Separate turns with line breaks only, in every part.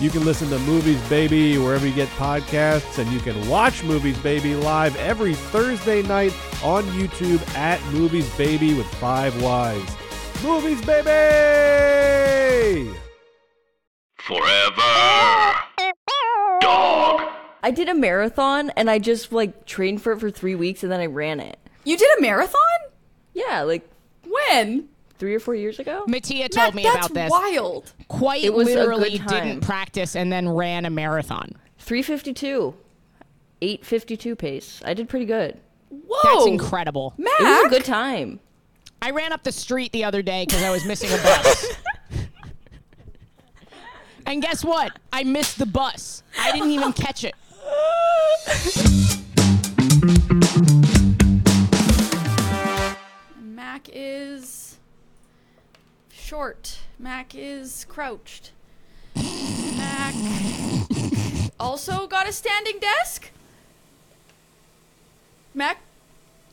You can listen to Movies Baby wherever you get podcasts, and you can watch Movies Baby live every Thursday night on YouTube at Movies Baby with Five Wives. Movies Baby!
Forever. Dog.
I did a marathon and I just like trained for it for three weeks and then I ran it.
You did a marathon?
Yeah, like
When?
three or four years ago.
Mattia
Matt,
told me
that's
about this.
wild.
Quite
It was a good
literally
time.
didn't practice and then ran a marathon.
Three fifty two, eight fifty two pace. I did pretty good.
Whoa.
That's incredible.
Mac,
It was a good time.
I ran up the street the other day because I was missing a bus. and guess what? I missed the bus. I didn't even catch it.
Mac is short. Mac is crouched. Mac also got a standing desk. Mac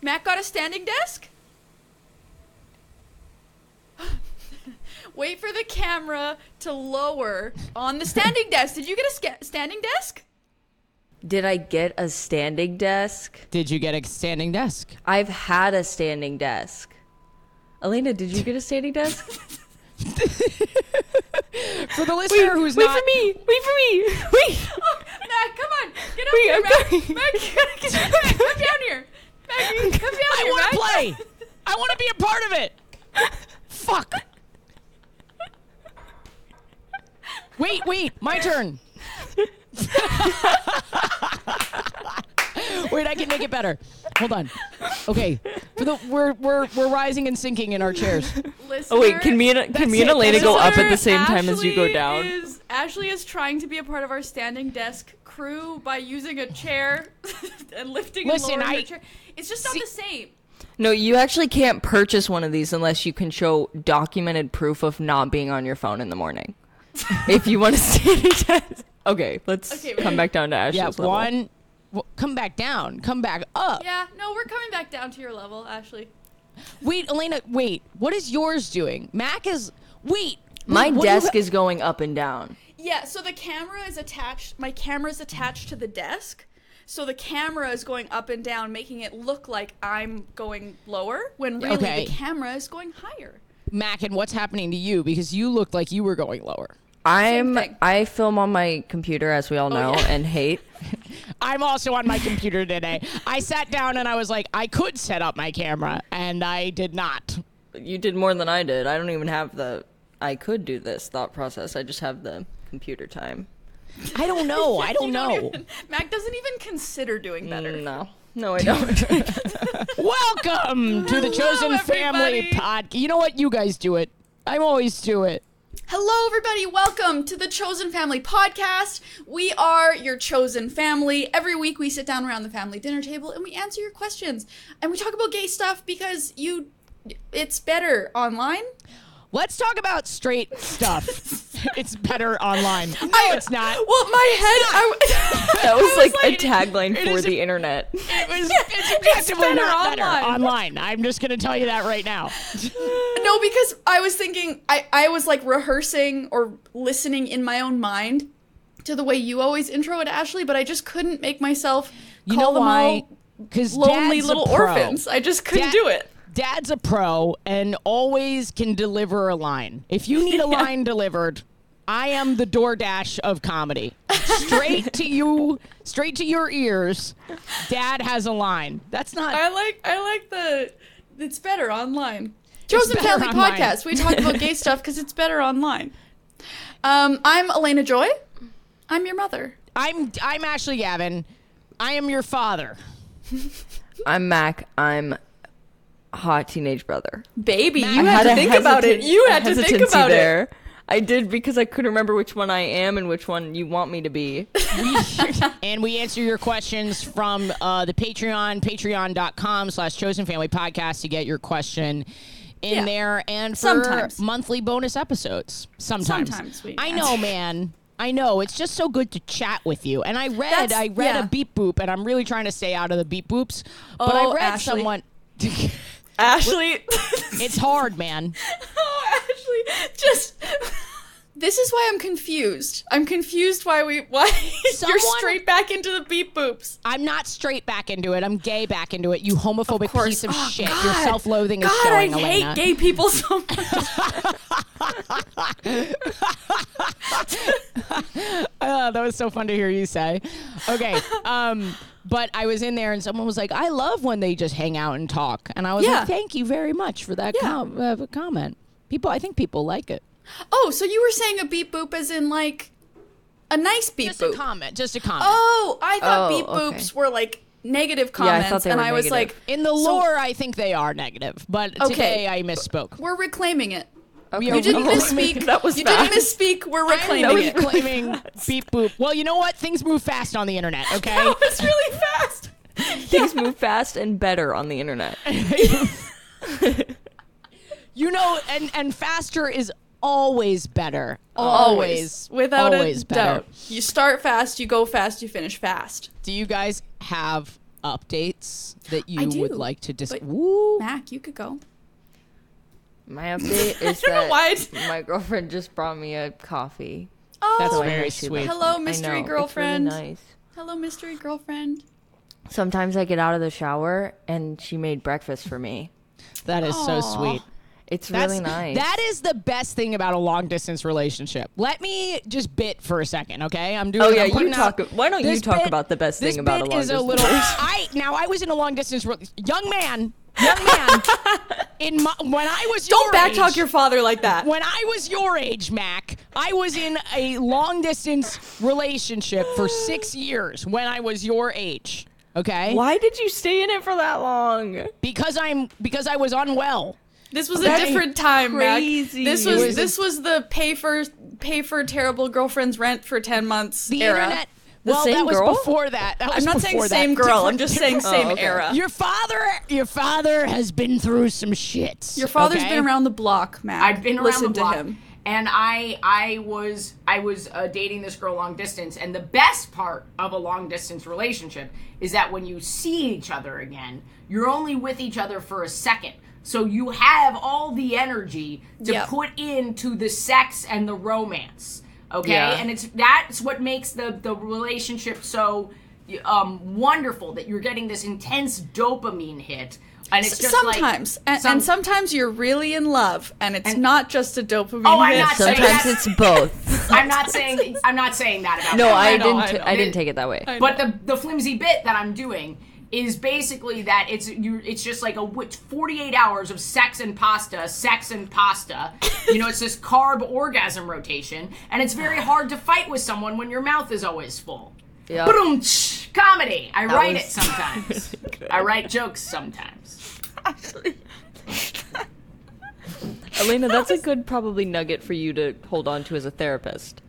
Mac got a standing desk? Wait for the camera to lower on the standing desk. Did you get a sca- standing desk?
Did I get a standing desk?
Did you get a standing desk?
I've had a standing desk. Elena, did you get a standing desk?
For the listener who's not
me. Wait for me. Wait.
Oh, Mac, come on. Get up
Wait,
here,
I'm
Mac.
going.
Mac, you gotta get Mac, come down here. Mac, come down
I
here,
want
Mac.
to play. I want to be a part of it. Fuck. Wait, wait, my turn. wait, I can make it better. Hold on. Okay, for the, we're we're we're rising and sinking in our chairs.
Listener,
Oh wait, can me and can me and
it.
Elena
That's
go
it.
up at
listener,
the same time as you go
Ashley
down?
Is, Ashley is trying to be a part of our standing desk crew by using a chair and lifting
Listen,
and lowering
I-
her chair. It's just not
See-
the same.
No, you actually can't purchase one of these unless you can show documented proof of not being on your phone in the morning. if you want to stand a test. Okay, let's
Okay, wait.
Come back down to Ashley's
Yeah,
level.
one. w- Come back down. Come back up.
Yeah, no, we're coming back down to your level, Ashley.
Wait, Elena. Wait. What is yours doing? Mac is. Wait.
My
wait, what do you
desk
ha-
is going up and down.
Yeah, so the camera is attached. My camera is attached to the desk. So the camera is going up and down, making it look like I'm going lower when really
Okay.
the camera is going higher.
Mac, and what's happening to you? Because you looked like you were going lower.
I'm
thing.
I film on my computer as we all know
yeah.
and hate.
I'm also on my computer today. I sat down and I was like, I could set up my camera, and I did not.
You did more than I did. I don't even have the I could do this thought process. I just have the computer time.
I don't know. I don't
You don't
know. Mm.
even- Mac doesn't even consider doing better.
No. No, I don't.
Welcome to the Chosen Family
everybody.
Podcast. You know what? You guys do it. I always do it.
Hello, everybody. Welcome to the Chosen Family podcast. We are your chosen family. Every week, we sit down around the family dinner table and we answer your questions. And we talk about gay stuff because you, it's better online.
Let's talk about straight stuff. it's better online. No,
I-
it's not.
Well, my head. I w-
That was, like,
like,
a tagline
it
for
is-
the internet.
It was, it's objectively
better
not better
online.
online. I'm just going to tell you that right now.
No, because I was thinking, I, I was like rehearsing or listening in my own mind to the way you always intro it, Ashley, but I just couldn't make myself
You
call
know
them
why?
all
Because
lonely little orphans. I just couldn't
Dad-
do it.
Dad's a pro and always can deliver a line. If you need a line delivered, I am the DoorDash of comedy. Straight to you, straight to your ears. Dad has a line. That's not
I like I like the it's better online. Chosen
better
Family
online.
Podcast. We talk about gay stuff because it's better online. Um, I'm Elena Joy. I'm your mother.
I'm I'm Ashley Gavin. I am your father.
I'm Mac. I'm hot teenage brother.
Baby, you had, to
a
think about it.
hesitant-
You had to think
hesitancy
about it.
I did because I couldn't remember which one I am and which one you want me to be.
and we answer your questions from uh, the patreon patreon.com slash chosen family podcast to get your question in
Yeah.
there and for
Sometimes.
monthly bonus episodes sometimes,
Sometimes we-
i know man i know it's just so good to chat with you and i read
That's-
i read
yeah.
a beep boop and i'm really trying to stay out of the beep boops but i
Oh,
read
Ashley.
someone
Ashley.
it's hard man
oh, Ashley, just. This is why I'm confused. I'm confused why we why
Someone-
you're straight back into the beep boops.
i'm not straight back into it i'm gay back into it you homophobic
course.
piece of
Oh,
shit your
God.
self-loathing
God,
is showing
I
Elena.
hate gay people so much.
Oh, that was so fun to hear you say. Okay. Um, but I was in there and someone was like, I love when they just hang out and talk. And I was
Yeah.
like, thank you very much for that
Yeah.
com- uh, comment. People, I think people like it.
Oh, so you were saying a beep boop as in like a nice beep boop.
comment. Just a comment.
oh, I thought
Oh,
beep
okay.
boops were like negative
I thought
comments,
they
and
were
I was like,
negative.
in the lore, I think they are negative, but
Okay.
today I misspoke.
we're reclaiming it.
Okay.
are
You didn't
Reclaiming
misspeak.
Oh, That was
you
bad.
didn't misspeak. We're
I'm
reclaiming it.
reclaiming beep boop. Well, you know what? Things move fast on the internet, okay?
That was really fast.
Things move fast and better on the internet.
you know, and, and faster is always better.
Always, without
always
a
better.
doubt. You start fast, you go fast, you finish fast.
Do you guys have updates that you
I do,
would like to dis-
but-
Woo.
Mac, you could go.
My update is
don't know
that
why
my girlfriend just brought me a coffee.
Oh,
That's
So I
very
had to-
sweet.
Hello,
I
mystery
know, it's really
girlfriend.
nice.
hello, mystery girlfriend.
Sometimes I get out of the shower and she made breakfast for me.
That is so sweet.
It's
That's
really nice.
That is the best thing about a long distance relationship. Let me just bit for a second, okay? I'm doing.
Oh, yeah,
I'm
you
putting out-
talk- why don't you
this
talk
bit-
about the best
this
thing about a
bit
long
is
distance
little. I now I was in a long distance rel- young man, young man. in my, when I was
Don't
your
backtalk
age-
your father like that.
When I was your age, Mac, I was in a long distance relationship for six years when I was your age. Okay?
Why did you stay in it for that long?
Because I'm because I was unwell.
This was
That's
a different time, Mac.
crazy.
This
It
was,
was-
this was the pay for pay for terrible girlfriend's rent for ten months
The
era.
internet well,
same
that was
girl?
before that. That was
I'm not saying
before that.
same girl. I'm
Different-
just saying
Oh,
same
okay.
era.
Your father, your father has been through some shits.
Your father's
okay?
been around the block, Mac.
I'd been around
Listen
the block,
to him.
and I I was I was uh, dating this girl long distance, and the best part of a long distance relationship is that when you see each other again, you're only with each other for a second. So you have all the energy to
Yep.
put into the sex and the romance, okay?
Yeah.
And it's that's what makes the the relationship so um, wonderful that you're getting this intense dopamine hit, and it's just like-
sometimes, and,
some-
and sometimes you're really in love, and it's not just a dopamine.
Oh, I'm
hit.
not saying
Sometimes
that's-
it's both.
I'm not saying I'm not saying that about
No,
you.
I
I know,
didn't.
I know.
I, didn't take it that way.
But the the flimsy bit that I'm doing is basically that it's you it's just like a wi- 48 hours of sex and pasta, sex and pasta. You know, it's this carb orgasm rotation and it's very hard to fight with someone when your mouth is always full.
Yeah.
Boom. Comedy. I write
was-
it sometimes. I write jokes sometimes.
Elena, that's a good probably nugget for you to hold on to as a therapist.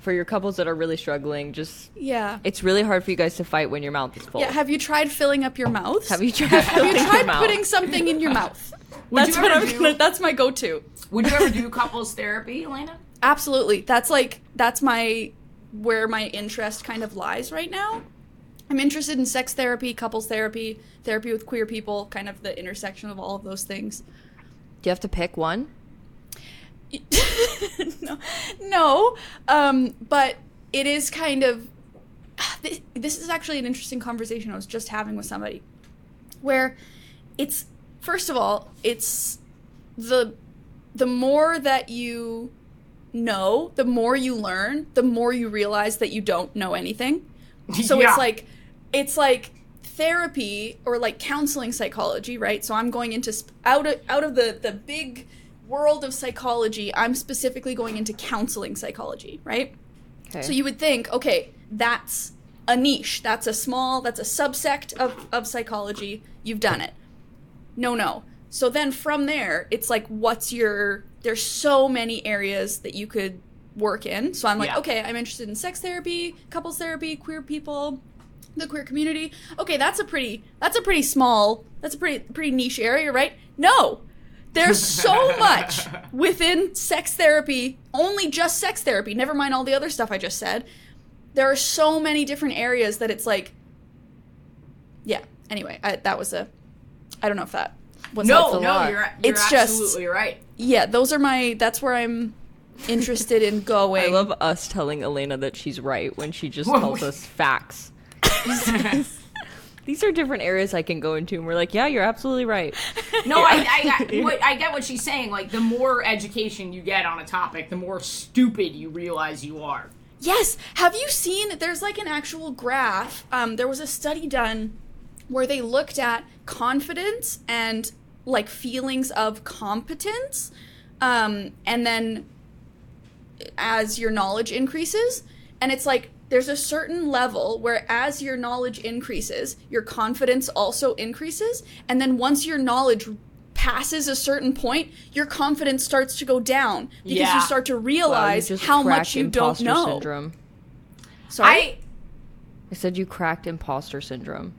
For your couples that are really struggling, just
Yeah.
it's really hard for you guys to fight when your mouth is full.
yeah. Have you tried filling up your mouth?
Have you tried? Have
you tried putting something in your mouth? that's
you
what
ever
I'm
do-
gonna. That's my go-to.
Would you ever do couples therapy, Elena?
Absolutely. That's like that's my where my interest kind of lies right now. I'm interested in sex therapy, couples therapy, therapy with queer people, kind of the intersection of all of those things.
Do you have to pick one?
no, no. Um, but it is kind of this, this is actually an interesting conversation I was just having with somebody where it's first of all it's the the more that you know the more you learn the more you realize that you don't know anything so
Yeah.
it's like it's like therapy or like counseling psychology right so i'm going into sp- out of out of the the big world of psychology, I'm specifically going into counseling psychology, right?
Okay.
So you would think, okay, that's a niche. That's a small, that's a subsect of, of psychology. You've done it. No, no. So then from there, it's like, what's your, there's so many areas that you could work in. So I'm like,
Yeah.
okay, I'm interested in sex therapy, couples therapy, queer people, the queer community. Okay, that's a pretty, that's a pretty small, that's a pretty, pretty niche area, right? No. There's so much within sex therapy, only just sex therapy, never mind all the other stuff I just said. There are so many different areas that it's like, yeah. Anyway, I, that was a, I don't know if that was
no,
helpful.
no,
lot.
you're, you're
It's just-
absolutely right.
Yeah, those are my, that's where I'm interested in going.
I love us telling Elena that she's right when she just
Whoa.
tells us facts. These are different areas I can go into, and we're like, yeah, you're absolutely right.
No, I, I, I, what, I get what she's saying. Like, the more education you get on a topic, the more stupid you realize you are.
Yes. Have you seen? There's like an actual graph. Um, there was a study done where they looked at confidence and like feelings of competence, um, and then as your knowledge increases, and it's like there's a certain level where as your knowledge increases, your confidence also increases, and then once your knowledge passes a certain point, your confidence starts to go down because
Yeah.
you start to
Wow, you
realize
just
how much
cracked
you don't
imposter
know.
Syndrome.
Sorry.
I,
I said you cracked imposter syndrome.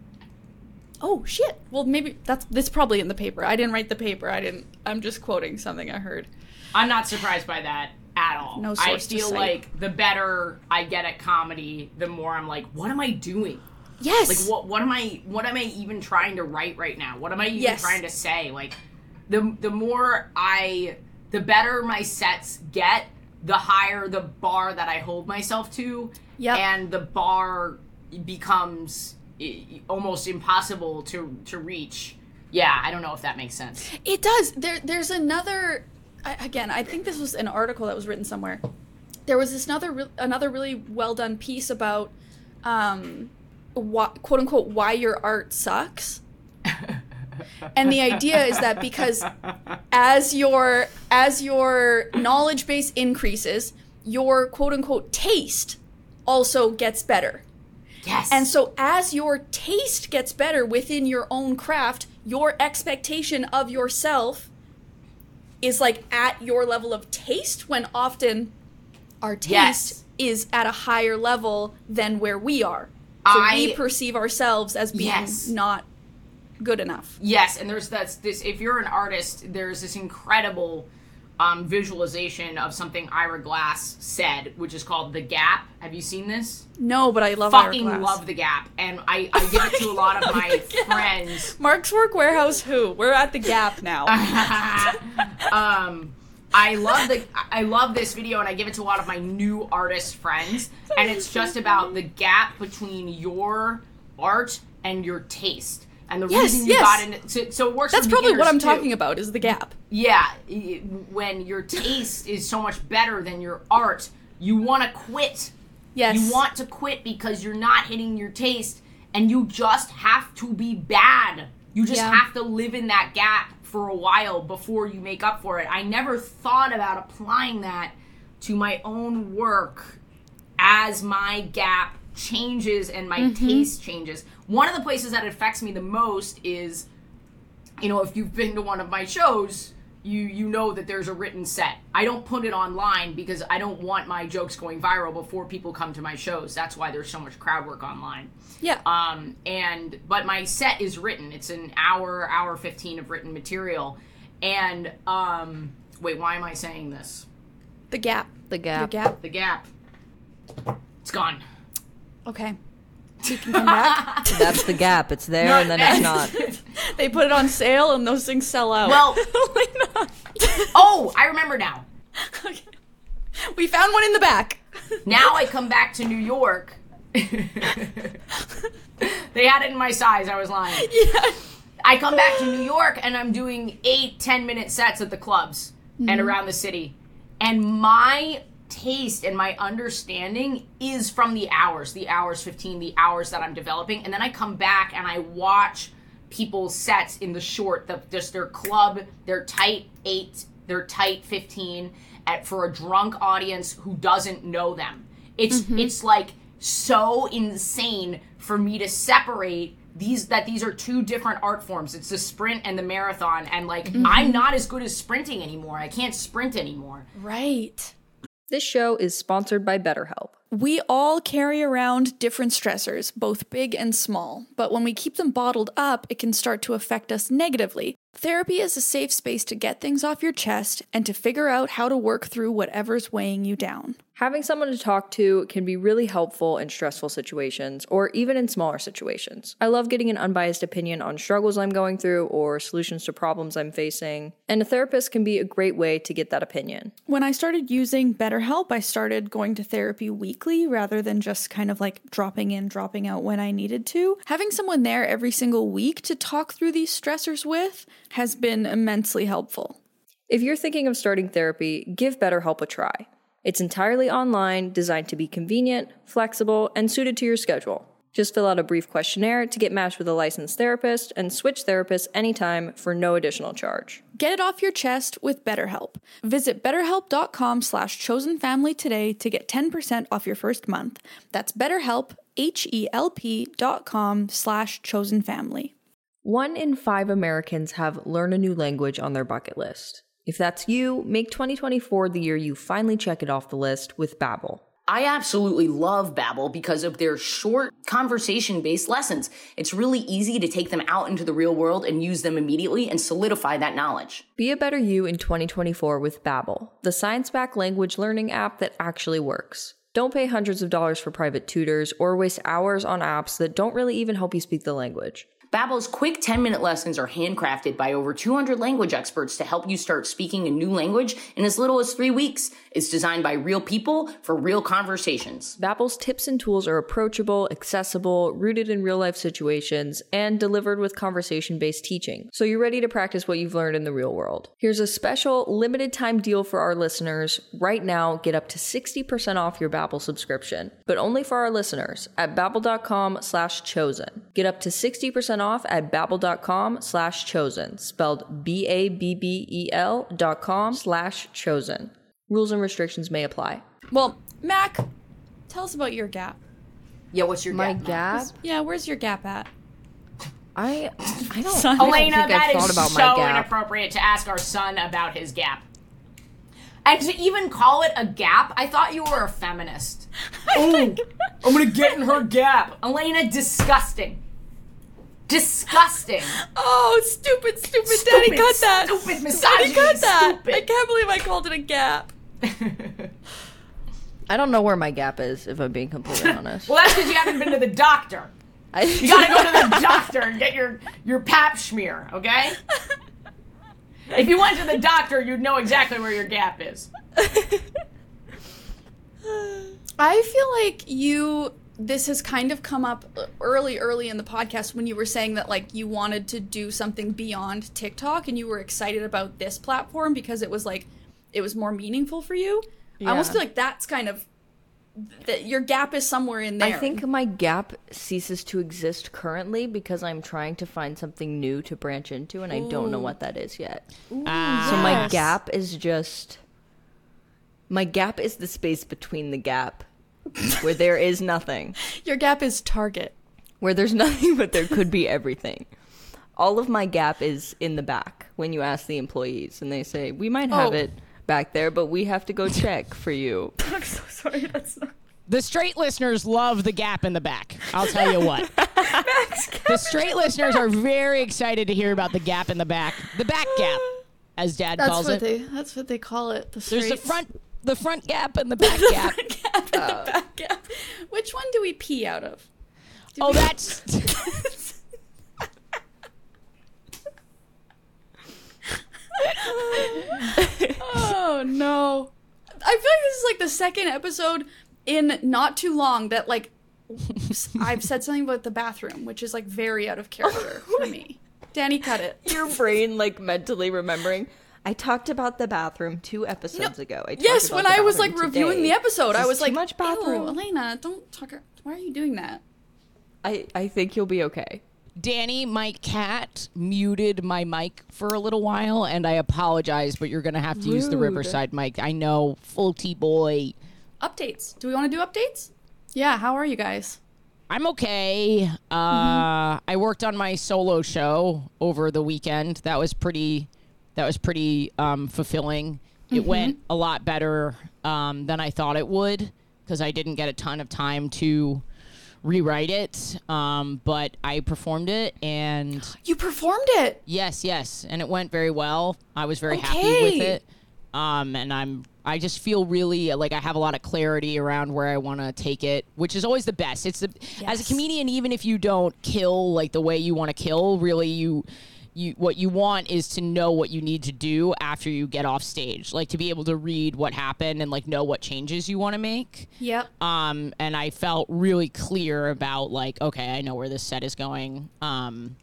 oh shit. Well, maybe that's that's probably in the paper. I didn't write the paper. I didn't. I'm just quoting something I heard.
I'm not surprised by that at all.
No
I
source to
feel
cite.
like the better I get at comedy, the more I'm like, what am I doing?
Yes.
Like what what am I what am I even trying to write right now? What am I even
Yes.
trying to say? Like the the more I the better my sets get, the higher the bar that I hold myself to.
Yep.
And the bar becomes i- almost impossible to to reach. Yeah, I don't know if that makes sense.
It does. There, there's another. I, again, I think this was an article that was written somewhere. There was this another re- another really well done piece about, um, why, quote unquote, why your art sucks. and the idea is that because as your as your knowledge base increases, your quote unquote taste also gets better.
Yes.
And so, as your taste gets better within your own craft, your expectation of yourself is like at your level of taste, when often our taste
Yes.
is at a higher level than where we are. So, we
I-
perceive ourselves as being
Yes.
not good enough.
Yes, and there's that's this. If you're an artist, there's this incredible um, visualization of something Ira Glass said, which is called the gap. Have you seen this?
No, but I love
Fucking
Ira Glass.
love the gap, and I, I give it to a lot of my friends.
Mark's Work Warehouse Who. We're at the gap now.
um, I love the I love this video, and I give it to a lot of my new artist friends, and it's just about the gap between your art and your taste. And the
Yes,
reason you
yes.
got into so, so it works.
That's
for
probably what
beginners,
I'm
too.
talking about is the gap.
Yeah, y- when your taste is so much better than your art, you want to quit.
Yes.
You want to quit because you're not hitting your taste and you just have to be bad. You just
Yeah.
have to live in that gap for a while before you make up for it. I never thought about applying that to my own work as my gap changes and my taste changes. One of the places that it affects me the most is you know, if you've been to one of my shows, you you know that there's a written set. I don't put it online because I don't want my jokes going viral before people come to my shows. That's why there's so much crowd work online.
Yeah.
Um, and but my set is written. It's an hour, hour fifteen of written material. And um, wait, why am I saying this?
the gap.
The
The
gap.
gap.
The gap. It's gone.
Okay. We can come back.
That's the gap. It's there, and then it's not.
They put it on sale and those things sell out.
Well, oh, I remember now.
we found one in the back.
Now I come back to New York. they had it in my size. I was lying. I come back to New York and I'm doing eight, ten minute sets at the clubs and around the city. And my taste and my understanding is from the hours, the hours 15, the hours that I'm developing. And then I come back and I watch people's sets in the short, the, just their club, their tight eight, They're tight 15 at for a drunk audience who doesn't know them. It's it's like so insane for me to separate these that these are two different art forms. It's the sprint and the marathon and like I'm not as good as sprinting anymore. I can't sprint anymore.
Right.
This show is sponsored by BetterHelp.
We all carry around different stressors, both big and small, but when we keep them bottled up, it can start to affect us negatively. Therapy is a safe space to get things off your chest and to figure out how to work through whatever's weighing you down.
Having someone to talk to can be really helpful in stressful situations or even in smaller situations. I love getting an unbiased opinion on struggles I'm going through or solutions to problems I'm facing, and a therapist can be a great way to get that opinion.
When I started using BetterHelp, I started going to therapy weekly rather than just kind of like dropping in, dropping out when I needed to. Having someone there every single week to talk through these stressors with has been immensely helpful.
If you're thinking of starting therapy, give BetterHelp a try. It's entirely online, designed to be convenient, flexible, and suited to your schedule. Just fill out a brief questionnaire to get matched with a licensed therapist and switch therapists anytime for no additional charge.
Get it off your chest with BetterHelp. Visit betterhelp.com slash chosenfamily today to get 10% off your first month. That's betterhelp, H-E-L-P dot com slash chosenfamily.
One in five Americans have learn a new language on their bucket list. If that's you, make 2024 the year you finally check it off the list with Babbel.
I absolutely love Babbel because of their short conversation-based lessons. It's really easy to take them out into the real world and use them immediately and solidify that knowledge.
Be a better you in 2024 with Babbel, the science-backed language learning app that actually works. Don't pay hundreds of dollars for private tutors or waste hours on apps that don't really even help you speak the language.
Babbel's quick 10-minute lessons are handcrafted by over 200 language experts to help you start speaking a new language in as little as 3 weeks. It's designed by real people for real conversations.
Babbel's tips and tools are approachable, accessible, rooted in real-life situations, and delivered with conversation-based teaching. So you're ready to practice what you've learned in the real world. Here's a special limited-time deal for our listeners. Right now, get up to 60% off your Babbel subscription, but only for our listeners at babbel.com slash chosen. Get up to 60% off at babbel.com slash chosen, spelled B-A-B-B-E-L E dot com slash chosen. Rules and restrictions may apply.
Well, Mac, tell us about your gap.
Yeah, what's your
My
gap? Matt?
gap?
Yeah, where's your gap at?
I I don't,
Son.
I don't
Elena,
think
that
I've
is
thought about
so
my gap.
inappropriate to ask our son about his gap. And to even call it a gap, I thought you were a feminist. oh, I'm gonna get in her gap. Elena, disgusting. Disgusting.
Oh, stupid, stupid, daddy
Stupid,
cut that.
stupid
Daddy
misogyny.
cut that. I
Stupid.
can't believe I called it a gap.
I don't know where my gap is, if I'm being completely honest.
Well, that's because you haven't been to the doctor. You
I,
gotta go to the doctor and get your your pap smear, okay? If you went to the doctor, you'd know exactly where your gap is.
I feel like you this has kind of come up early early in the podcast when you were saying that like you wanted to do something beyond TikTok and you were excited about this platform because it was like it was more meaningful for you. I almost
Yeah.
feel like that's kind of that your gap is somewhere in
I
there.
think my gap ceases to exist currently because I'm trying to find something new to branch into, and I don't know what that is yet.
Ah.
so my gap is just my gap is the space between the gap where there is nothing
your gap is Target.
where there's nothing but there could be everything all of my gap is in the back when you ask the employees and they say we might have
Oh.
it back there but we have to go check for you
I'm so sorry. That's not
The straight listeners love the gap in the back. I'll tell you what. the straight listeners are very excited to hear about the gap in the back. The back gap, as Dad
that's
calls
what
it.
they that's what they call it. The
There's the
streets.
front the front gap and the back gap.
gap and the back gap. Which one do we pee out of?
Oh, that's
Oh no. I feel like this is like the second episode in not too long that like I've said something about the bathroom, which is like very out of character
Oh
for me. Danny cut it.
your brain like mentally remembering I talked about the bathroom two episodes ago. I talked
Yes,
about
when
the
I was like
bathroom
reviewing
today.
the episode,
This
I
is
was
too
like,
much
"Ew,
bathroom.
Elena, don't talk. Why are you doing that?
I I think you'll be okay.
Danny, my cat muted my mic for a little while, and I apologize, but you're going to have to use the Riverside mic. I know, full T boy.
Updates. Do we want to do updates? Yeah, how are you guys?
I'm okay. Uh, I worked on my solo show over the weekend. That was pretty. That was pretty um, fulfilling. It went a lot better um, than I thought it would because I didn't get a ton of time to rewrite it. Um, but I performed it, and
You performed it.
yes, yes, and it went very well. I was very happy with
Okay.
it. Um, and I'm. I just feel really uh, like I have a lot of clarity around where I want to take it, which is always the best. It's the as a
Yes.
comedian, even if you don't kill like the way you want to kill, really you you what you want is to know what you need to do after you get off stage, like to be able to read what happened and like know what changes you want to make
Yep.
um and i felt really clear about like okay i know where this set is going um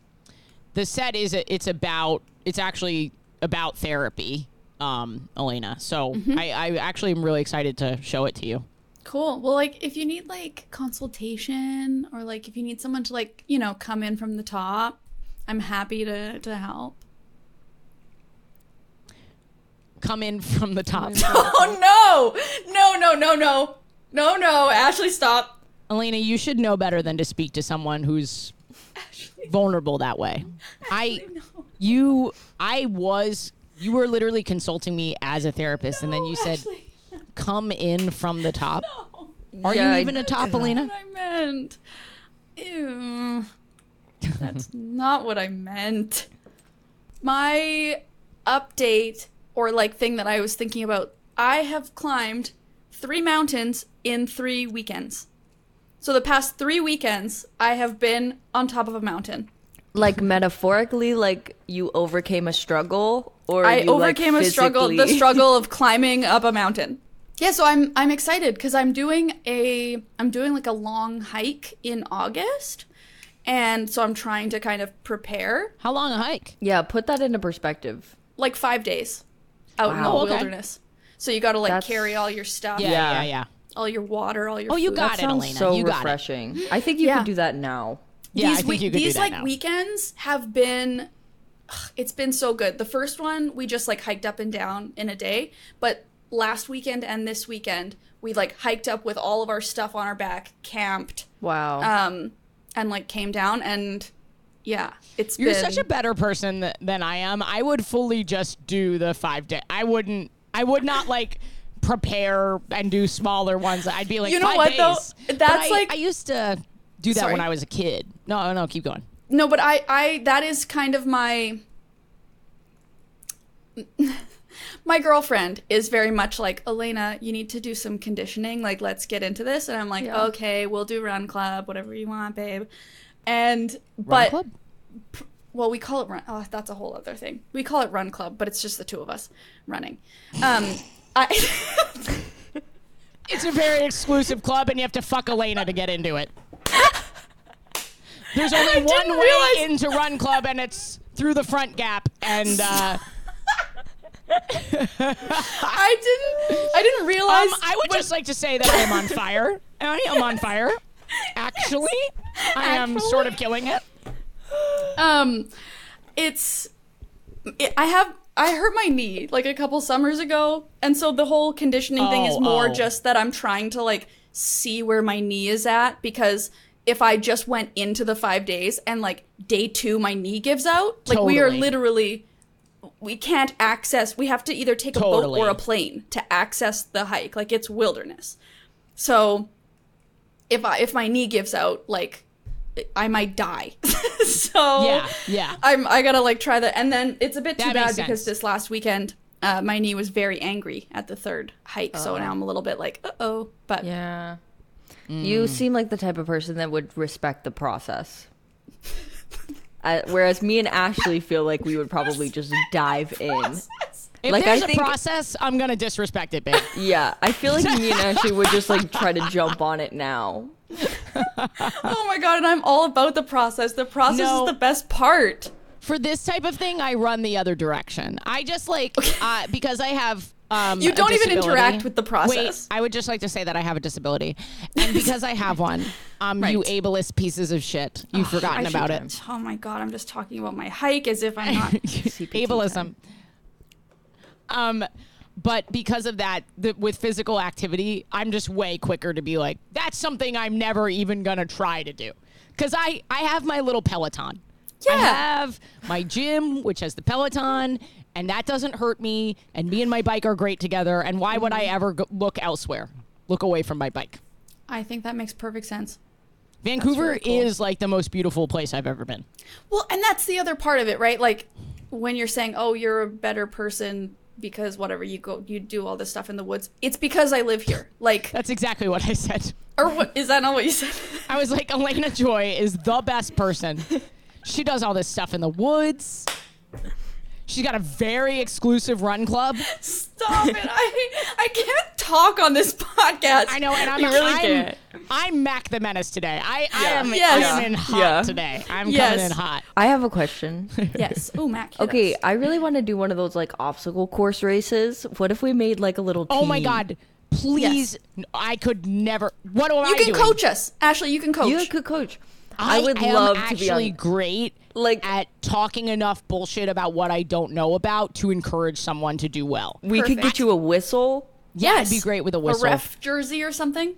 the set is it's about it's actually about therapy um elena so I, I actually am really excited to show it to you
Cool. Well, like if you need like consultation or like if you need someone to like, you know, come in from the top, I'm happy to to help.
come in from the top
Oh no. No, no, no, no. No, no. Ashley, stop.
elena you should know better than to speak to someone who's vulnerable that way i you i was you were literally consulting me as a therapist and then you said come in from the top are
Yeah, I-
you even a top elena
I meant. Ew. That's not what I meant. My update or like thing that I was thinking about, I have climbed three mountains in three weekends. So the past three weekends, I have been on top of a mountain.
Like metaphorically, like you overcame a struggle, or
I
you, like,
overcame a struggle, the
physically-
struggle of climbing up a mountain. Yeah, so I'm I'm excited because I'm doing a I'm doing like a long hike in August, and so I'm trying to kind of prepare
How long a hike?
Yeah, put that into perspective.
like five days out in the
Wow. Okay.
wilderness. So you got to like
That's-
carry all your stuff,
yeah,
Yeah.
yeah. yeah.
all your water, all your
Oh, you
food.
got it,
Sounds
Elena.
so
you got it.
refreshing. I think you
Yeah.
could do that now.
Yeah,
these
I think
week-
you could do
these
that
like
now.
weekends have been ugh, it's been so good the first one we just like hiked up and down in a day but last weekend and this weekend we like hiked up with all of our stuff on our back camped
Wow.
um and like came down and yeah it's
You're
been
such a better person th- than I am. I would fully just do the five day. I wouldn't. I would not like prepare and do smaller ones. I'd be like,
You know
five
what,
days.
though?
But
That's
I-
like-
I used to do that
Sorry.
when I was a kid. No, no, keep going.
no but i i that is kind of my my girlfriend is very much like elena you need to do some conditioning like let's get into this and i'm like okay we'll do run club whatever you want babe and but
Club?
well we call it run oh that's a whole other thing we call it run club but it's just the two of us running um i
It's a very exclusive club, and you have to fuck Elena to get into it. There's only one way into Run Club, and it's through the front gap. And uh,
i didn't i didn't realize
Um, I would just like to say that I am on fire. I am on fire. Actually, I am sort of killing it.
um it's it, i have i hurt my knee like a couple summers ago and so the whole conditioning thing is
Oh,
more
oh.
just that i'm trying to like see where my knee is at because if i just went into the five days and like day two my knee gives out like we are
Totally.
literally we can't access we have to either take a boat
Totally.
or a plane to access the hike like it's wilderness so if i if my knee gives out like i might die so
Yeah, yeah.
I'm I gotta like try that, and then it's a bit too
That
bad
makes
because
sense.
this last weekend uh, my knee was very angry at the third hike,
Oh.
so now I'm a little bit like uh oh, but
yeah. You seem like the type of person that would respect the process. Uh, whereas me and Ashley feel like we would probably just dive in.
If
Like,
there's
I
a
think-
process, I'm gonna disrespect it, babe.
Yeah, I feel like me and Ashley would just like try to jump on it now.
oh my god, and I'm all about the process. The process
No.
is the best part.
For this type of thing, I run the other direction. I just like uh, because I have Um,
You
a
don't even
disability.
interact with the process.
Wait, I would just like to say that I have a disability, and because I have one, um, you ableist pieces of shit, you've forgotten
I
about
should-
it.
Oh my god, I'm just talking about my hike as if I'm not.
CPT
ableism.
time.
Um, but because of that, the, with physical activity, I'm just way quicker to be like, that's something I'm never even gonna try to do, because I I have my little Peloton. I
Yeah.
have my gym, which has the Peloton, and that doesn't hurt me. And me and my bike are great together. And why would I ever go- look elsewhere? Look away from my bike.
I think that makes perfect sense.
Vancouver is like the most beautiful place I've ever been.
Well, and that's the other part of it, right? Like when you're saying, "Oh, you're a better person because whatever you go you do all this stuff in the woods." It's because I live here. Like
That's exactly what I said.
or what is that not what you said?
I was like, Elena Joy is the best person. She does all this stuff in the woods. She's got a very exclusive run club.
Stop it. I I can't talk on this podcast.
I know, and I'm
You really
I'm,
can't.
I'm Mac the Menace today. I, I am
Yes.
I am in hot
Yeah.
today. I'm coming
Yes.
in hot.
I have a question.
Yes. Oh, Mac. hit
Okay,
us.
I really want to do one of those like obstacle course races. What if we made like a little?
Oh my
team?
god. Please I could never what am I
You can
doing?
coach us. Ashley, you can coach.
You could coach.
I,
I, would
am
love to
actually
be on.
great
Like-
at talking enough bullshit about what I don't know about to encourage someone to do well.
We could
Perfect.
get you a whistle.
Yeah, it'd be great with a
a
whistle.
ref jersey or something.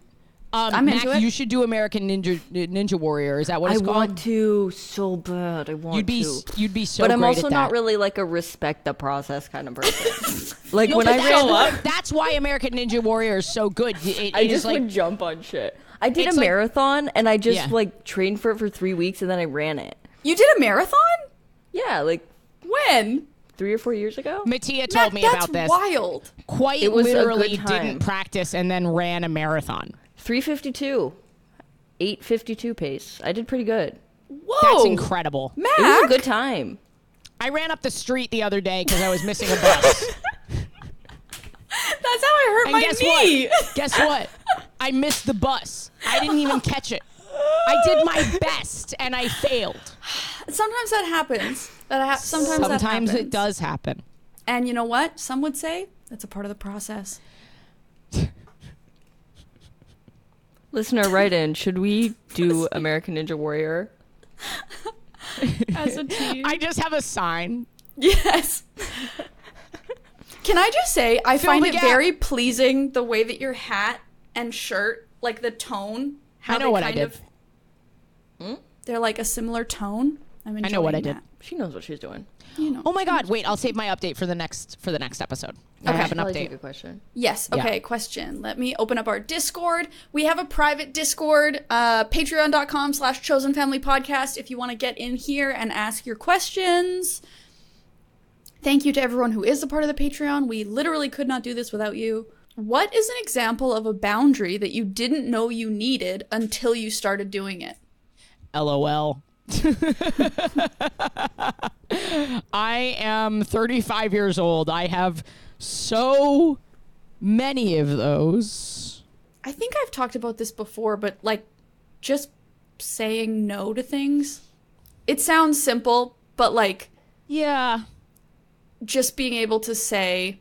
Um,
I'm
Mac,
into it.
You should do American Ninja Ninja Warrior. Is that what
I
it's called?
want to so bad. I want
you'd be
to.
you'd be so.
but I'm
Oh, great
also
at
not
that.
really like a respect the process kind of person. like when I
But
ran,
that's, that's why American Ninja Warrior is so good. It- it
I
is
just
like
would jump on shit.
I did
it's
a
like-
marathon and I just
Yeah.
like trained for it for three weeks and then I ran it.
You did a marathon?
Yeah, like
When?
three or four years ago.
Mattia
Mac,
told me
that's
about this.
wild.
Quite
It was a
literally
good time.
didn't practice and then ran a marathon.
Three fifty two, eight fifty two pace. I did pretty good.
Whoa.
That's incredible.
Mac.
It was a good time.
I ran up the street the other day because I was missing a bus.
That's how I hurt
and
my
guess
knee.
what? Guess what? I missed the bus. I didn't even catch it. I did my best and I failed.
Sometimes that happens. That ha- sometimes that
Sometimes it
happens.
does happen.
And you know what? Some would say that's a part of the process.
Listener, write in. Should we do American Ninja Warrior?
As a team.
I just have a sign
yes. Can I just say I
Fill
find
the
it
gap.
very pleasing the way that your hat and shirt, like the tone,
I
how
know
they
what I
kind
did.
of they're like a similar tone. I'm
know what I
enjoying
did.
She knows what she's doing.
Oh my god, wait, I'll save my update for the next for the next episode. I have an
Probably take
update.
a question.
Yes.
Yeah.
Okay. Question. Let me open up our Discord. We have a private Discord, uh, patreon.com slash chosen family podcast if you want to get in here and ask your questions. Thank you to everyone who is a part of the Patreon. We literally could not do this without you. What is an example of a boundary that you didn't know you needed until you started doing it?
LOL. I am 35 years old. I have so many of those.
I think I've talked about this before, but like just saying no to things. It sounds simple, but like
Yeah.
just being able to say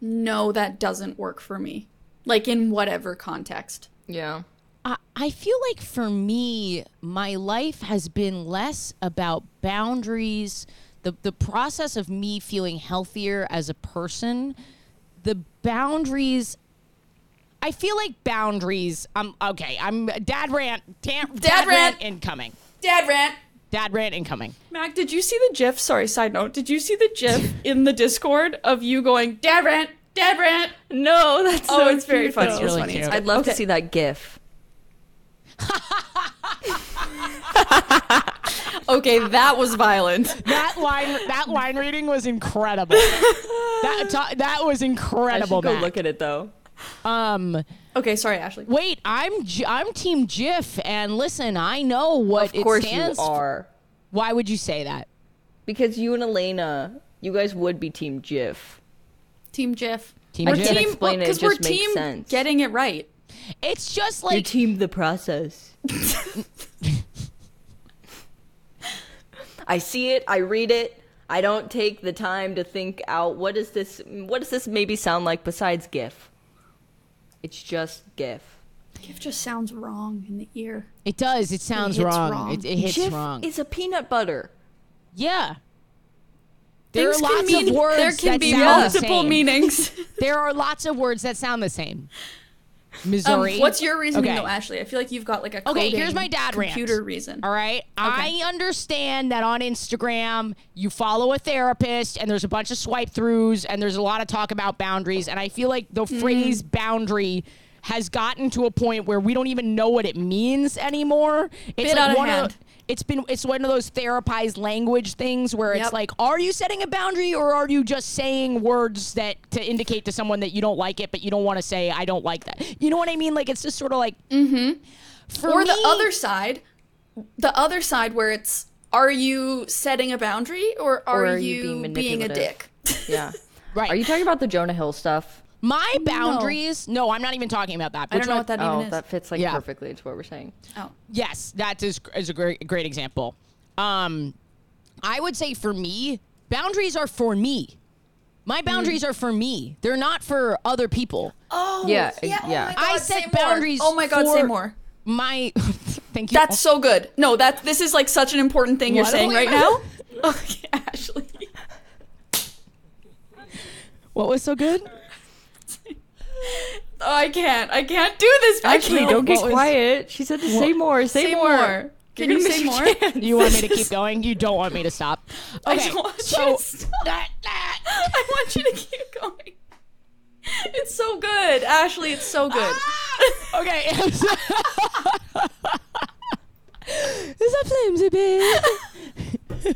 no that doesn't work for me like in whatever context
Yeah.
I, I feel like for me, my life has been less about boundaries, the, the process of me feeling healthier as a person. The boundaries, I feel like boundaries. I'm okay. I'm dad rant, tam, dad, rant.
rant.
incoming.
dad rant
Dad rant incoming.
mac did you see the gif sorry side note did you see the gif in the discord of you going dad rant dad rant
No, that's
oh it's very funny
It's really cute.
I'd love to see that GIF.
okay that was violent
That line, that line reading was incredible. that ta- that was
I
incredible.
should go
Mac.
look at it though.
um.
okay sorry ashley
Wait, I'm J- I'm Team GIF, and listen, I know what
Of course
it
you
stands. For.
are,
Why would you say that?
because you and Elena, you guys would be Team GIF.
team gif
Team
I
GIF.
can't
team
explain it. It
because
just
we're
makes
team
sense.
getting it right
It's just
Your
like
team, the process. I see it. I read it. I don't take the time to think out what is this what does this maybe sound like besides GIF? It's just GIF.
GIF just sounds wrong in the ear.
It does. It sounds
hits
wrong.
wrong.
It, it hits
GIF
wrong.
is a peanut butter.
yeah. There are
Things can
lots
mean-
of words
There can
that
be
sound the
multiple
same.
meanings.
There are lots of words that sound the same.
um,
Missouri.
what's your reasoning
Okay.
though, Ashley? I feel like you've got like a
Okay, here's
coding
my dad rant.
computer reason.
All right. I understand that on Instagram, you follow a therapist and there's a bunch of swipe throughs and there's a lot of talk about boundaries. And I feel like the
Mm.
phrase boundary has gotten to a point where we don't even know what it means anymore. It's
Bit out of
one
hand.
it's been it's one of those therapized language things where it's
Yep.
like are you setting a boundary or are you just saying words that to indicate to someone that you don't like it but you don't want to say I don't like that. You know what I mean? Like it's just sort of like for
or the
me-
other side, the other side where it's are you setting a boundary or are,
are you
you,
being
being a dick?
manipulative? Yeah.
right.
Are you talking about the Jonah Hill stuff?
My boundaries? No. I'm not even talking about that.
I don't know what that
Oh,
even is.
that fits like
Yeah.
perfectly. It's what we're saying.
oh.
Yes, that is is a great great example. Um, I would say for me, boundaries are for me.
Hmm.
My boundaries are for me. They're not for other people.
Oh,
Yeah,
yeah.
ex- yeah.
Oh my
I
God,
set
say more.
boundaries
Oh my god, say
for-
more.
My thank you.
That's so good. No, that this is like such an important thing you're
What?
saying right now. okay, Ashley.
what was so good.
Oh, I can't. I can't do this.
Actually,
I
don't
can't.
get quiet. She said to say more. Say,
say more. Can you say more?
You want me to keep going? You don't want me to stop.
I
Okay,
don't want
so
you to stop. I want you to keep going. It's so good, Ashley. It's so good.
okay. Is that flames a bit?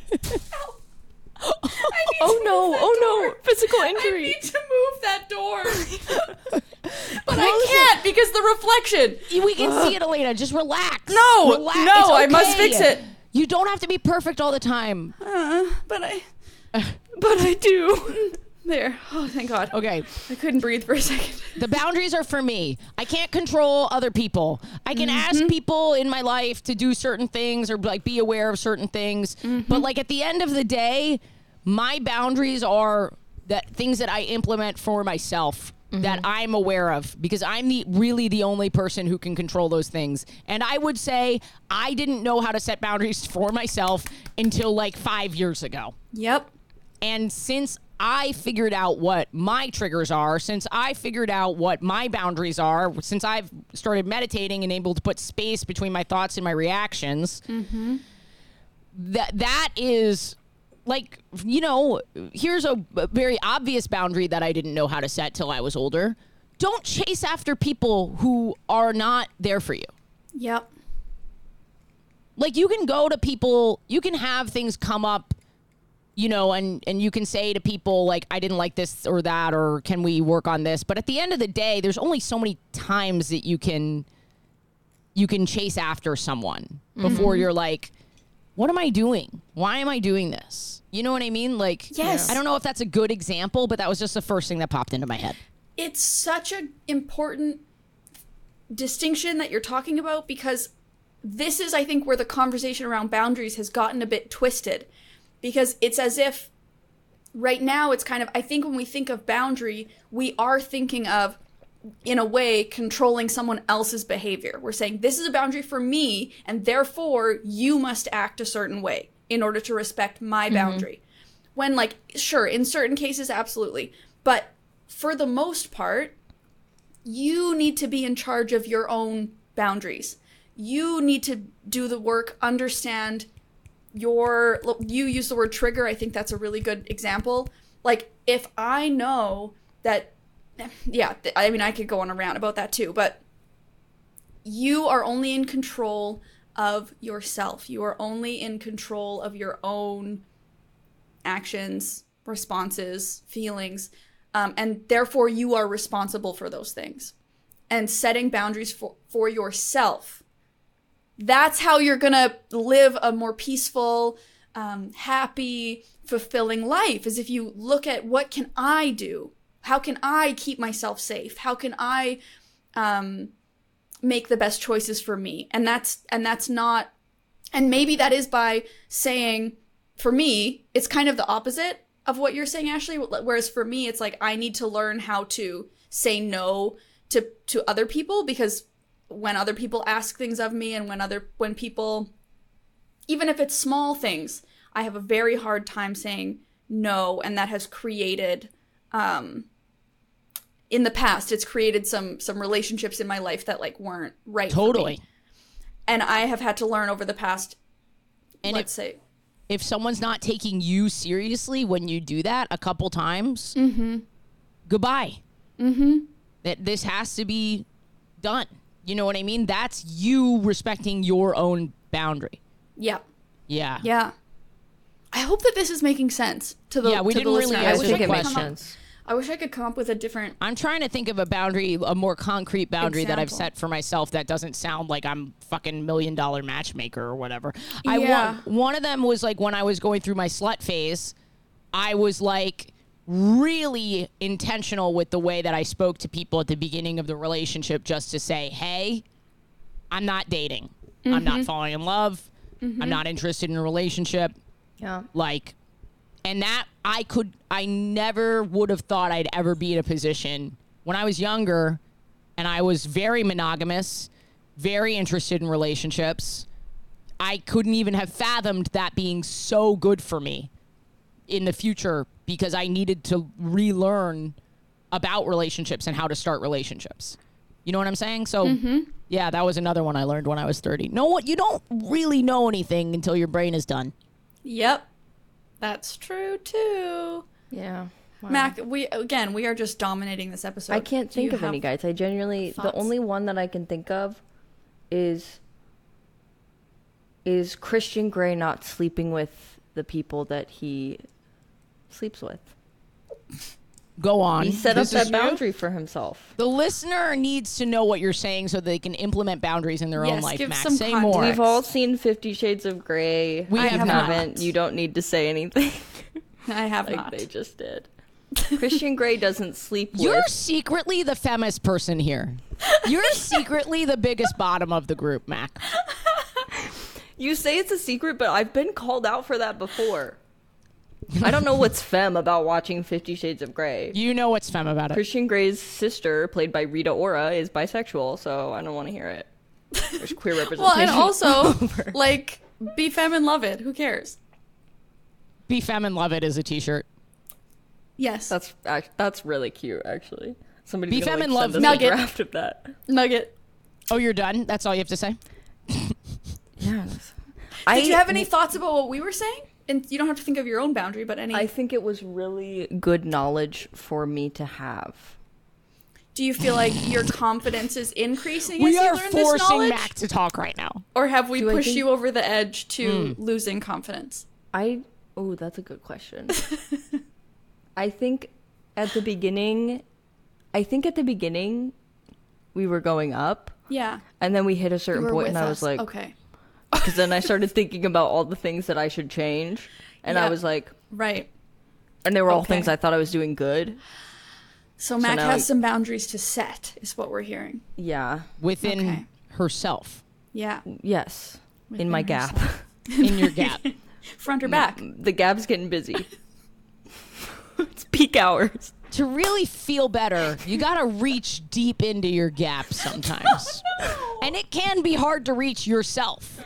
Oh no! Oh no! Physical
I
injury.
need to move that door, but I can't because the reflection.
We can see it, Elena. Just relax.
No,
relax.
no,
It's
I must fix it.
You don't have to be perfect all the time.
But I, but I do. There. Oh, thank God.
Okay,
I couldn't breathe for a second.
the boundaries are for me. I can't control other people. I can ask people in my life to do certain things or like be aware of certain things, but like at the end of the day, my boundaries are that things that I implement for myself that I'm aware of because I'm the really the only person who can control those things. And I would say I didn't know how to set boundaries for myself until like 5 years ago.
Yep.
And since I figured out what my triggers are, since I figured out what my boundaries are, since I've started meditating and able to put space between my thoughts and my reactions, that that is like you know, here's a b- very obvious boundary that I didn't know how to set till I was older. Don't chase after people who are not there for you
Yep.
like you can go to people you can have things come up you know and and you can say to people like i didn't like this or that or can we work on this but at the end of the day there's only so many times that you can you can chase after someone before you're like what am i doing why am i doing this you know what i mean like
Yes.
i don't know if that's a good example but that was just the first thing that popped into my head
it's such an important distinction that you're talking about because this is i think where the conversation around boundaries has gotten a bit twisted because it's as if right now it's kind of i think when we think of boundary we are thinking of in a way controlling someone else's behavior we're saying this is a boundary for me and therefore you must act a certain way in order to respect my boundary when like sure in certain cases absolutely but for the most part you need to be in charge of your own boundaries you need to do the work understand your you use the word trigger i think that's a really good example like if i know that yeah th- i mean i could go on a rant about that too but you are only in control of yourself you are only in control of your own actions, responses, feelings, um, and therefore you are responsible for those things. And setting boundaries for, for yourself. That's how you're gonna live a more peaceful, um, happy, fulfilling life. Is if you look at what can I do? How can I keep myself safe? How can I um, make the best choices for me? And that's and that's not. And maybe that is by saying for me, it's kind of the opposite of what you're saying, Ashley. Whereas for me, it's like I need to learn how to say no to to other people because when other people ask things of me and when other when people even if it's small things, I have a very hard time saying no, and that has created um in the past it's created some some relationships in my life that like weren't right for me.
Totally.
and i have had to learn over the past
And
let's
if,
say
if someone's not taking you seriously when you do that a couple times, goodbye. Mm-hmm. That this has to be done. You know what I mean? That's you respecting your own boundary.
yeah
Yeah.
Yeah. I hope that this is making sense to the
Yeah, we
to
didn't
the
really
listener.
answer
I wish
the
I, could
question.
come up, I wish I could come up with a different
I'm trying to think of a boundary, a more concrete boundary that I've
Example.
set for myself that doesn't sound like I'm fucking million dollar matchmaker or whatever. I
Yeah.
one, one of them was like when I was going through my slut phase, I was like really intentional with the way that I spoke to people at the beginning of the relationship just to say, "Hey, I'm not dating. I'm not falling in love. I'm not interested in a relationship."
Yeah.
like and that i could i never would have thought i'd ever be in a position when i was younger and i was very monogamous very interested in relationships i couldn't even have fathomed that being so good for me in the future because i needed to relearn about relationships and how to start relationships you know what i'm saying so yeah that was another one i learned when i was 30 no what you don't really know anything until your brain is done
Yep. That's true too.
Yeah. Wow.
Mac, we again, we are just dominating this episode.
I can't
Do
think
you
of any
have-
guys. I genuinely the
thoughts?
only one that I can think of is is Christian Grey not sleeping with the people that he sleeps with.
Go on.
He set up
This is
that
you.
boundary for himself.
The listener needs to know what you're saying so they can implement boundaries in their own
Yes,
life.
give
Max,
some
say
context.
more.
We've
We've all seen Fifty Shades of Grey.
We
If
have
you
not.
haven't. You don't need to say anything
I have
like
not.
they just did. Christian Grey doesn't sleep with.
you're secretly the feminist person here. You're secretly the biggest bottom of the group, Mac.
You say it's a secret, but I've been called out for that before. I don't know what's femme about watching Fifty Shades of Grey.
You know what's fem about it.
Christian Grey's sister, played by Rita Ora, is bisexual, so I don't want to hear it. There's queer
Well, and
representation.
also like be femme and love it. Who cares?
Be fem and love it is a t-shirt.
Yes.
that's ac- that's really cute, actually. Somebody
Be
gonna,
femme
like,
and love
send us
Nugget.
a draft of that.
Nugget.
Oh, you're done? That's all you have to say?
I,
Did you have any thoughts about what we were saying? And you don't have to think of your own boundary, but any
I think it was really good knowledge for me to have.
do you feel like your confidence is increasing as
We
you
are
learn this
forcing
knowledge?
Mac to talk right now.
or have we
Do I
pushed
think-
you over the edge to
Hmm.
losing confidence?
I oh, that's a good question. I think at the beginning, I think at the beginning, we were going up,
Yeah.
and then we hit a certain
We're
point,
with
and I was
us.
like,
okay,
because then I started thinking about all the things that I should change, and I
Yeah.
was like,
right.
and they were all
Okay.
things I thought I was doing good.
So Mac
now-
has some boundaries to set, is what we're hearing.
Yeah.
Within
Okay.
herself.
Yeah,
Mm. Yes. in my gap,
In your gap.
front or back.
the gap's getting busy. it's peak hours.
to really feel better, you got to reach deep into your gap sometimes. And it can be hard to reach yourself.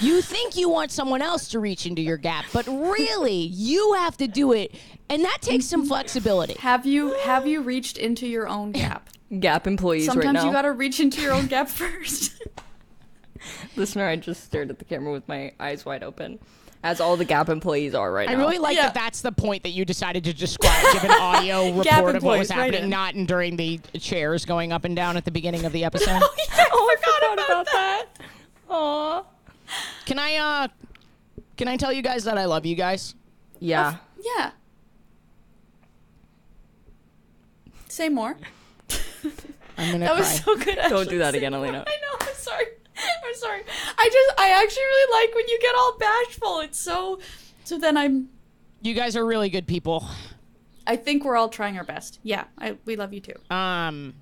You think you want someone else to reach into your gap, but really, you have to do it. And that takes some flexibility.
Have you have you reached into your own gap?
Gap employees right
Sometimes
now.
you gotta reach into your own gap first.
Listener, I just stared at the camera with my eyes wide open, as all the Gap employees are right
I
now.
really like
Yeah.
that that's the point that you decided to describe, give an audio report of what was
employees, right
happening,
in.
not in during the chairs going up and down at the beginning of the episode.
oh, I forgot about, that. Aw.
Can I, uh, can I tell you guys that I love you guys?
Yeah.
yeah. Say more.
I'm gonna
That
cry.
was so good.
Don't
actually.
do that
Say
again,
more.
Elena.
I know. I'm sorry. I'm sorry. I just I actually really like when you get all bashful. It's so. So then I'm.
you guys are really good people.
I think we're all trying our best. Yeah. I we love you too.
Um,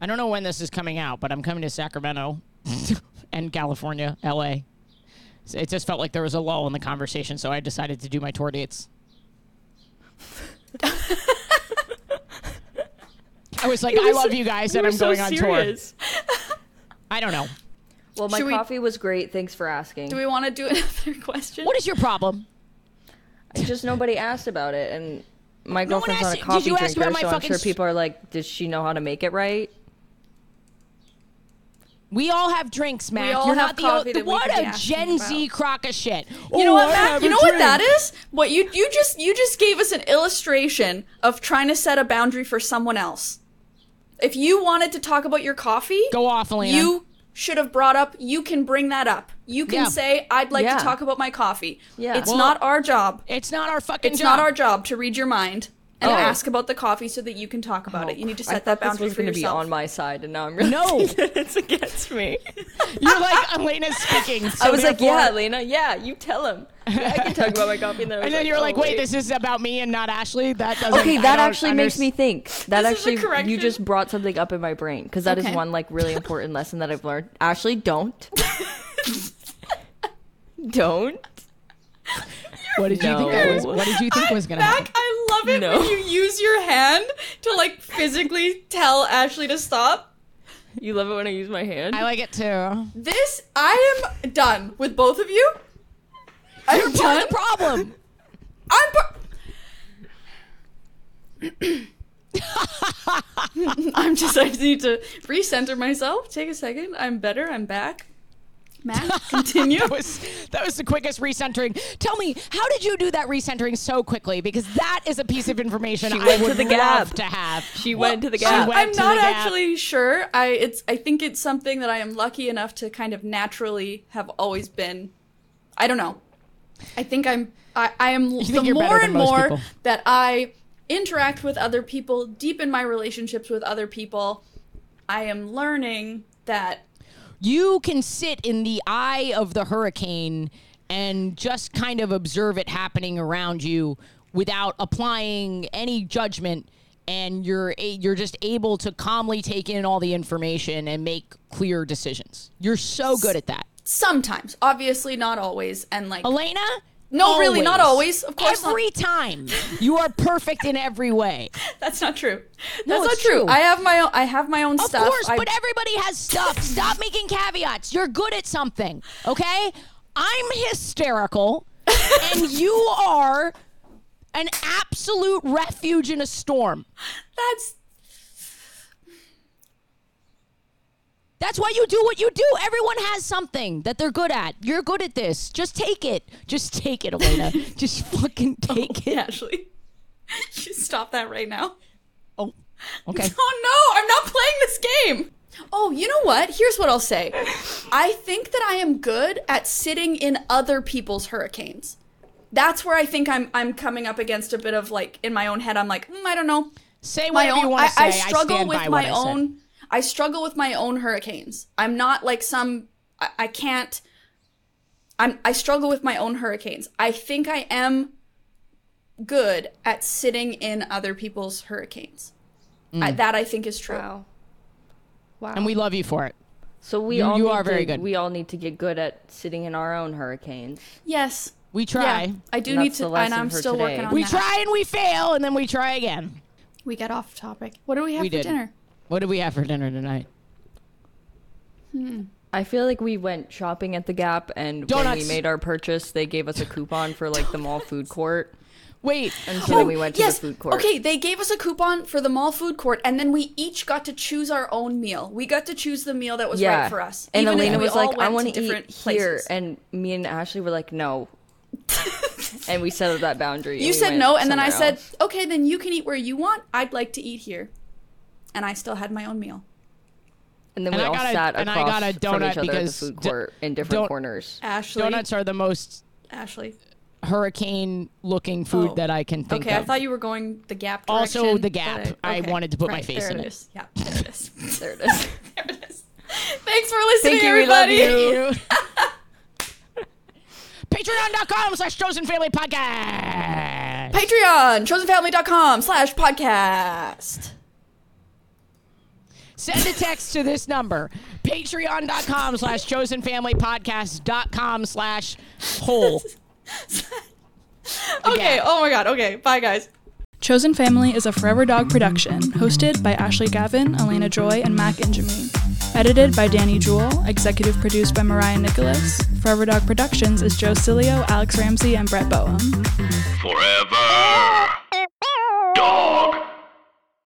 I don't know when this is coming out, but I'm coming to Sacramento and California, LA. So It just felt like there was a lull in the conversation, so I decided to do my tour dates. I was like, I love you guys, and I'm going on tour. I don't know.
Well, my
Should we-
coffee was great. Thanks for asking.
Do we want to do another question?
What is your problem?
Just nobody asked about it, and my
No one
girlfriend's
asked
not a
you-
coffee
did you
drinker,
ask about my
so I'm
fucking
sure
s-
people are like, "Does she know how to make it right?"
We all have drinks, Mac.
all
You're
have
not the o-
coffee that we
What
could be
a
asking
Gen Z crock of shit.
You know what, Matt? You know what that is? What you you just you just gave us an illustration of trying to set a boundary for someone else. If you wanted to talk about your coffee,
Go off, Elena.
You should have brought up. You can bring that up. You can
Yeah.
say, "I'd like
Yeah.
to talk about my coffee."
Yeah.
it's
Well,
not our job.
It's not our fucking
It's
job.
not our job to read your mind and
Oh.
ask about the coffee so that you can talk about it. You need to
I
set
thought
that
this
boundary
was
for
going to
yourself.
be on my side, and now I'm really
No.
that it's against me.
You're like Elena's speaking. so
I was like,
therefore-
"Yeah, Lena, yeah, you tell him. Yeah, I can talk about my coffee." And then, I was
And then you're
oh,
like, wait, this is about me and not Ashley. That doesn't.
Okay,
I
that
don't
actually makes me
underst-
think. That
This is a
actually, you
correction.
just brought something up in my brain because that is
Okay.
one like really important lesson that I've learned. Ashley, don't, don't.
What did you think? I was, what did you think was gonna
Back,
happen?
I love it
No.
when you use your hand to like physically tell Ashley to stop.
You love it when I use my hand.
I like it too.
This I am done with both of you. I'm done.
What's the problem?
I'm. par- I'm just. I need to recenter myself. Take a second. I'm better. I'm back. Matt, continue.
That was that was the quickest recentering. Tell me, how did you do that recentering so quickly? Because that is a piece of information I
went to
would
the
love
Gab.
to have.
she went to
I
the gap.
went-
I'm
to
not
the gap.
actually sure. I it's. I think it's something that I am lucky enough to kind of naturally have always been. I don't know. I think I'm. I, I am.
think
The
you're better
more
than
and
most
more
people.
that I interact with other people, deepen my relationships with other people, I am learning that
You can sit in the eye of the hurricane and just kind of observe it happening around you without applying any judgment and you're a, you're just able to calmly take in all the information and make clear decisions. You're so good at that.
sometimes, obviously not always, and like
Elena?
No, really, not always. Of course not.
Every time. You are perfect in every way.
that's not true. That's
No,
not
it's
true.
true.
I have my own. I have my own
Of
stuff.
course,
I-
but everybody has stuff. Stop making caveats. You're good at something, okay? I'm hysterical, and you are an absolute refuge in a storm.
that's
That's why you do what you do. Everyone has something that they're good at. You're good at this. Just take it. Just take it, Elena. Just fucking
Oh,
take it.
Ashley. you stop that right now.
Oh, okay.
Oh no, I'm not playing this game. Oh, you know what? Here's what I'll say. I think that I am good at sitting in other people's hurricanes. That's where I think I'm I'm coming up against a bit of like in my own head. I'm like, mm, I don't know.
Say
My
whatever you
own.
want
I,
to say.
I struggle
stand by
with
what
my
I said.
own. I struggle with my own hurricanes. I'm not like some. I, I can't. I'm. I struggle with my own hurricanes. I think I am good at sitting in other people's hurricanes. I,
Mm.
that I think is true.
Wow. Wow.
And we love you for it.
so we
You-
all
you
need
are very
to-
good.
We all need to get good at sitting in our own hurricanes.
Yes.
We try.
Yeah, I do
And
need
that's
to,
the
and
lesson
I'm
for
still
today.
working on
We
that.
try and we fail, and then we try again.
We got off topic. What do we have
We
for
did.
dinner?
What did we have for dinner tonight?
I feel like we went shopping at the Gap, and when we
Donuts.
made our purchase, they gave us a coupon for like the mall food court.
Wait,
And so then we went to
Oh, yes.
the food court.
Okay, they gave us a coupon for the mall food court, and then we each got to choose our own meal. We got to choose the meal that was right for us.
And
even if
Elena
we
was
all
like, I
went
want to
different
eat here.
places.
And me and Ashley were like, no. and we set up that boundary. and
you
we
said
went
no, and then I
somewhere
said,
else.
okay, then you can eat where you want. I'd like to eat here. And I still had my own meal.
and then
and
we
I
all
got a-
sat
and I
across
got a
from
donut
each other
because
at the food
do-
court in different
don't-
corners.
Ashley.
donuts are the most
Ashley.
hurricane-looking food
Oh.
that I can think
Okay,
of.
I thought you were going the gap
Also
direction,
the Gap.
but
I wanted to put my face
there
in
it
it.
is. Yeah, there it is.
There it is.
there it is. Thanks for listening,
you, we love
everybody.
you. Patreon.com slash Chosen Family Podcast.
Patreon, chosenfamily.com slash podcast.
Send a text to this number. Patreon.com slash chosenfamilypodcast.com slash whole.
Okay. Oh my god. Okay. Bye, guys.
Chosen Family is a Forever Dog production, hosted by Ashley Gavin, Elena Joy, and Mac Injamin. Edited by Danny Jewell, executive produced by Mariah Nicholas. Forever Dog Productions is Joe Cilio, Alex Ramsey, and Brett Boehm.
Forever.